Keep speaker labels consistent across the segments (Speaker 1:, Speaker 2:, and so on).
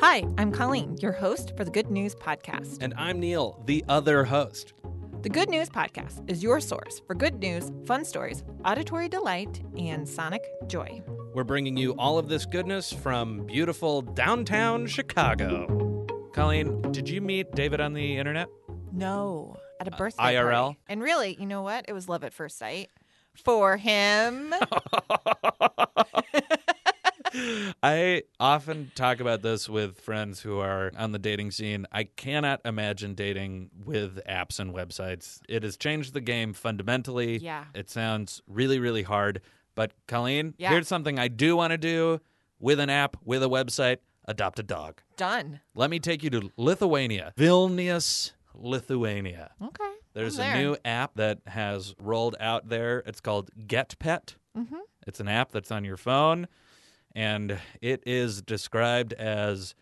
Speaker 1: Hi, I'm Colleen, your host for the Good News Podcast.
Speaker 2: And I'm Neil, the other host.
Speaker 1: The Good News Podcast is your source for good news, fun stories, auditory delight, and sonic joy.
Speaker 2: We're bringing you all of this goodness from beautiful downtown Chicago.
Speaker 3: Colleen, did you meet David on the internet?
Speaker 1: No, at
Speaker 3: Uh,
Speaker 1: a birthday
Speaker 3: IRL?
Speaker 1: party. And really, you know what? It was love at first sight for him.
Speaker 3: Oh. I often talk about this with friends who are on the dating scene. I cannot imagine dating with apps and websites. It has changed the game fundamentally.
Speaker 1: Yeah.
Speaker 3: It sounds really, really hard. But Colleen,
Speaker 1: Yeah.
Speaker 3: here's something I do want to do with an app, with a website adopt a dog.
Speaker 1: Done.
Speaker 3: Let me take you to Lithuania, Vilnius, Lithuania.
Speaker 1: Okay.
Speaker 3: There's
Speaker 1: I'm
Speaker 3: a
Speaker 1: Oh, there.
Speaker 3: new app that has rolled out there. It's called Get Pet. Mm-hmm. It's an app that's on your phone, and it is described as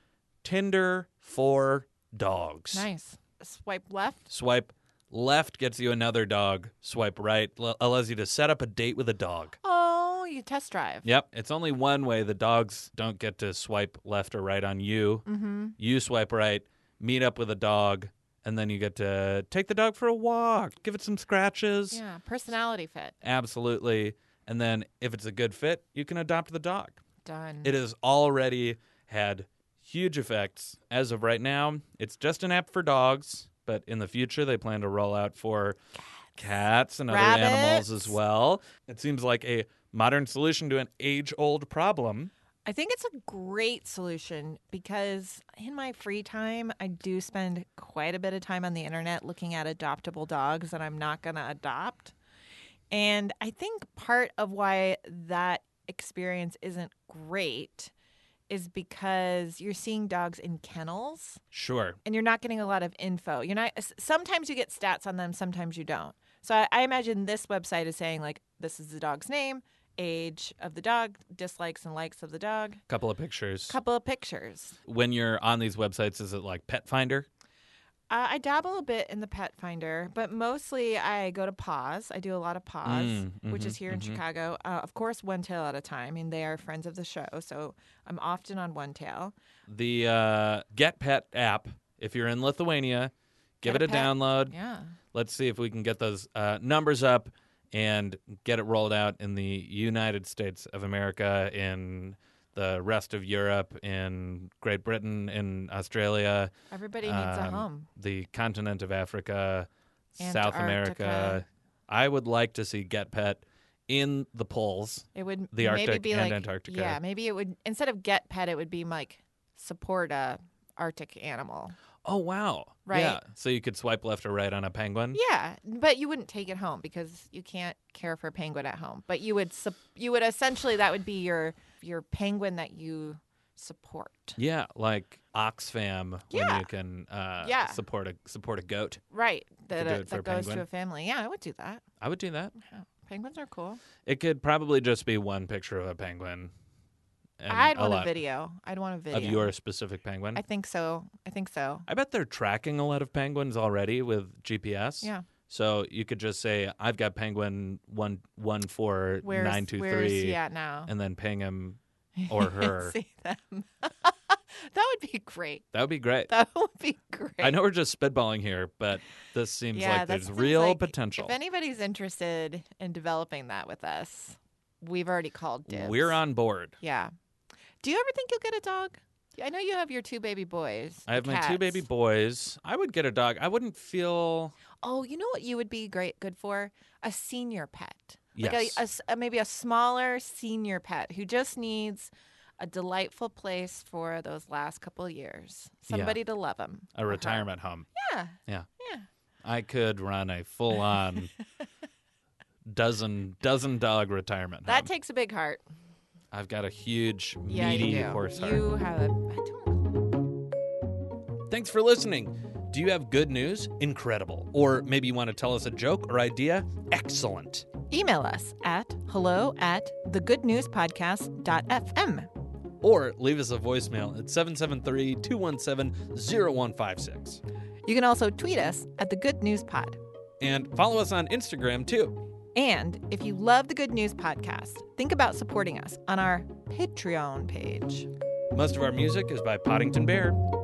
Speaker 3: Tinder for dogs.
Speaker 1: Nice. Swipe left.
Speaker 3: Swipe left gets you another dog. Swipe right l- allows you to set up a date with a dog.
Speaker 1: Oh, you test drive.
Speaker 3: Yep, it's only one way. The dogs don't get to swipe left or right on you. Mm-hmm. You swipe right, meet up with a dog, and then you get to take the dog for a walk, give it some scratches.
Speaker 1: Yeah, personality fit.
Speaker 3: Absolutely. And then if it's a good fit, you can adopt the dog.
Speaker 1: Done.
Speaker 3: It has already had huge effects. As of right now, it's just an app for dogs, but in the future, they plan to roll out for cats and other
Speaker 1: Rabbits.
Speaker 3: animals as well. It seems like a modern solution to an age old problem.
Speaker 1: I think it's a great solution because in my free time, I do spend quite a bit of time on the internet looking at adoptable dogs that I'm not going to adopt. And I think part of why that experience isn't great is because you're seeing dogs in kennels
Speaker 3: Sure.
Speaker 1: and you're not getting a lot of info. You're not s- sometimes you get stats on them, sometimes you don't. So I, I imagine this website is saying like this is the dog's name, age of the dog, dislikes and likes of the dog
Speaker 3: Couple of pictures.
Speaker 1: couple of pictures.
Speaker 3: when you're on these websites, is it like Pet Finder?
Speaker 1: Uh, I dabble a bit in the pet finder, but mostly I go to Paws. I do a lot of Paws,
Speaker 3: Mm,
Speaker 1: which
Speaker 3: mhm,
Speaker 1: is here in
Speaker 3: mhm.
Speaker 1: Chicago. Uh, of course, One Tail at a time. I mean, they are friends of the show, so I'm often on One Tail.
Speaker 3: The uh, Get Pet app, if you're in Lithuania, give
Speaker 1: Get a
Speaker 3: it a
Speaker 1: pet.
Speaker 3: download.
Speaker 1: Yeah.
Speaker 3: let's see if we can get those uh, numbers up and get it rolled out in the United States of America, in the rest of Europe, in Great Britain, in Australia,
Speaker 1: Everybody needs a
Speaker 3: um,
Speaker 1: home.
Speaker 3: the continent of Africa, South America.
Speaker 1: Antarctica.
Speaker 3: I would like to see Get Pet in the polls.
Speaker 1: It would
Speaker 3: the
Speaker 1: maybe
Speaker 3: Arctic
Speaker 1: be
Speaker 3: and
Speaker 1: like,
Speaker 3: Antarctica.
Speaker 1: Yeah, maybe it would, instead of get pet, it would be like support a Arctic animal.
Speaker 3: Oh, wow.
Speaker 1: Right.
Speaker 3: Yeah. So you could swipe left or right on a penguin.
Speaker 1: Yeah, but you wouldn't take it home because you can't care for a penguin at home. But you would sup- you would essentially that would be your your penguin that you support.
Speaker 3: Yeah, like Oxfam
Speaker 1: Yeah.
Speaker 3: when you can uh,
Speaker 1: Yeah.
Speaker 3: support a support a goat.
Speaker 1: Right. That
Speaker 3: could do
Speaker 1: uh,
Speaker 3: it for a
Speaker 1: that goes to
Speaker 3: penguin.
Speaker 1: a family. Yeah, I would do that.
Speaker 3: I would do that.
Speaker 1: Yeah. Penguins are cool.
Speaker 3: It could probably just be one picture of a penguin. and
Speaker 1: I'd
Speaker 3: a
Speaker 1: want a
Speaker 3: lot
Speaker 1: video. I'd want a video.
Speaker 3: of your specific penguin.
Speaker 1: I
Speaker 3: I,
Speaker 1: think so. I think so.
Speaker 3: bet they're tracking a lot of penguins already with GPS.
Speaker 1: Yeah.
Speaker 3: So you could just say, "I've got penguin one one four
Speaker 1: Where's
Speaker 3: nine two
Speaker 1: where's he
Speaker 3: three,"
Speaker 1: at now?
Speaker 3: and then ping him or her.
Speaker 1: See them. that would be great.
Speaker 3: that would be great.
Speaker 1: That would be great.
Speaker 3: I know we're just spitballing here, but this seems like
Speaker 1: that
Speaker 3: there's
Speaker 1: seems
Speaker 3: real
Speaker 1: like
Speaker 3: potential.
Speaker 1: If anybody's interested in developing that with us, we've already called dibs.
Speaker 3: We're on board.
Speaker 1: Yeah. Do you ever think you'll get a dog? I know you have your two baby boys.
Speaker 3: I have
Speaker 1: the
Speaker 3: my two
Speaker 1: cats.
Speaker 3: baby boys. I would get a dog. I wouldn't feel
Speaker 1: Oh, you know what you would be great good for? A senior pet. Like
Speaker 3: Yes.
Speaker 1: a- a s- a- maybe a smaller senior pet who just needs a delightful place for those last couple years.
Speaker 3: Yeah.
Speaker 1: Somebody to love them.
Speaker 3: a retirement home.
Speaker 1: Yeah.
Speaker 3: Yeah.
Speaker 1: Yeah.
Speaker 3: I could run a full on dozen dozen dog retirement.
Speaker 1: That
Speaker 3: home.
Speaker 1: takes a big heart.
Speaker 3: I've got a huge
Speaker 1: Yeah,
Speaker 3: meaty
Speaker 1: you do.
Speaker 3: horse heart.
Speaker 1: You have a I don't
Speaker 3: Thanks for listening. Do you have good news? Incredible. Or maybe you want to tell us a joke or idea? Excellent.
Speaker 1: Email us at hello at thegoodnewspodcast.fm.
Speaker 3: Or leave us a voicemail at 773 217 0156.
Speaker 1: You can also tweet us at the Good News Pod.
Speaker 3: And follow us on Instagram too.
Speaker 1: And if you love the Good News Podcast, think about supporting us on our Patreon page.
Speaker 3: Most of our music is by Poddington Bear.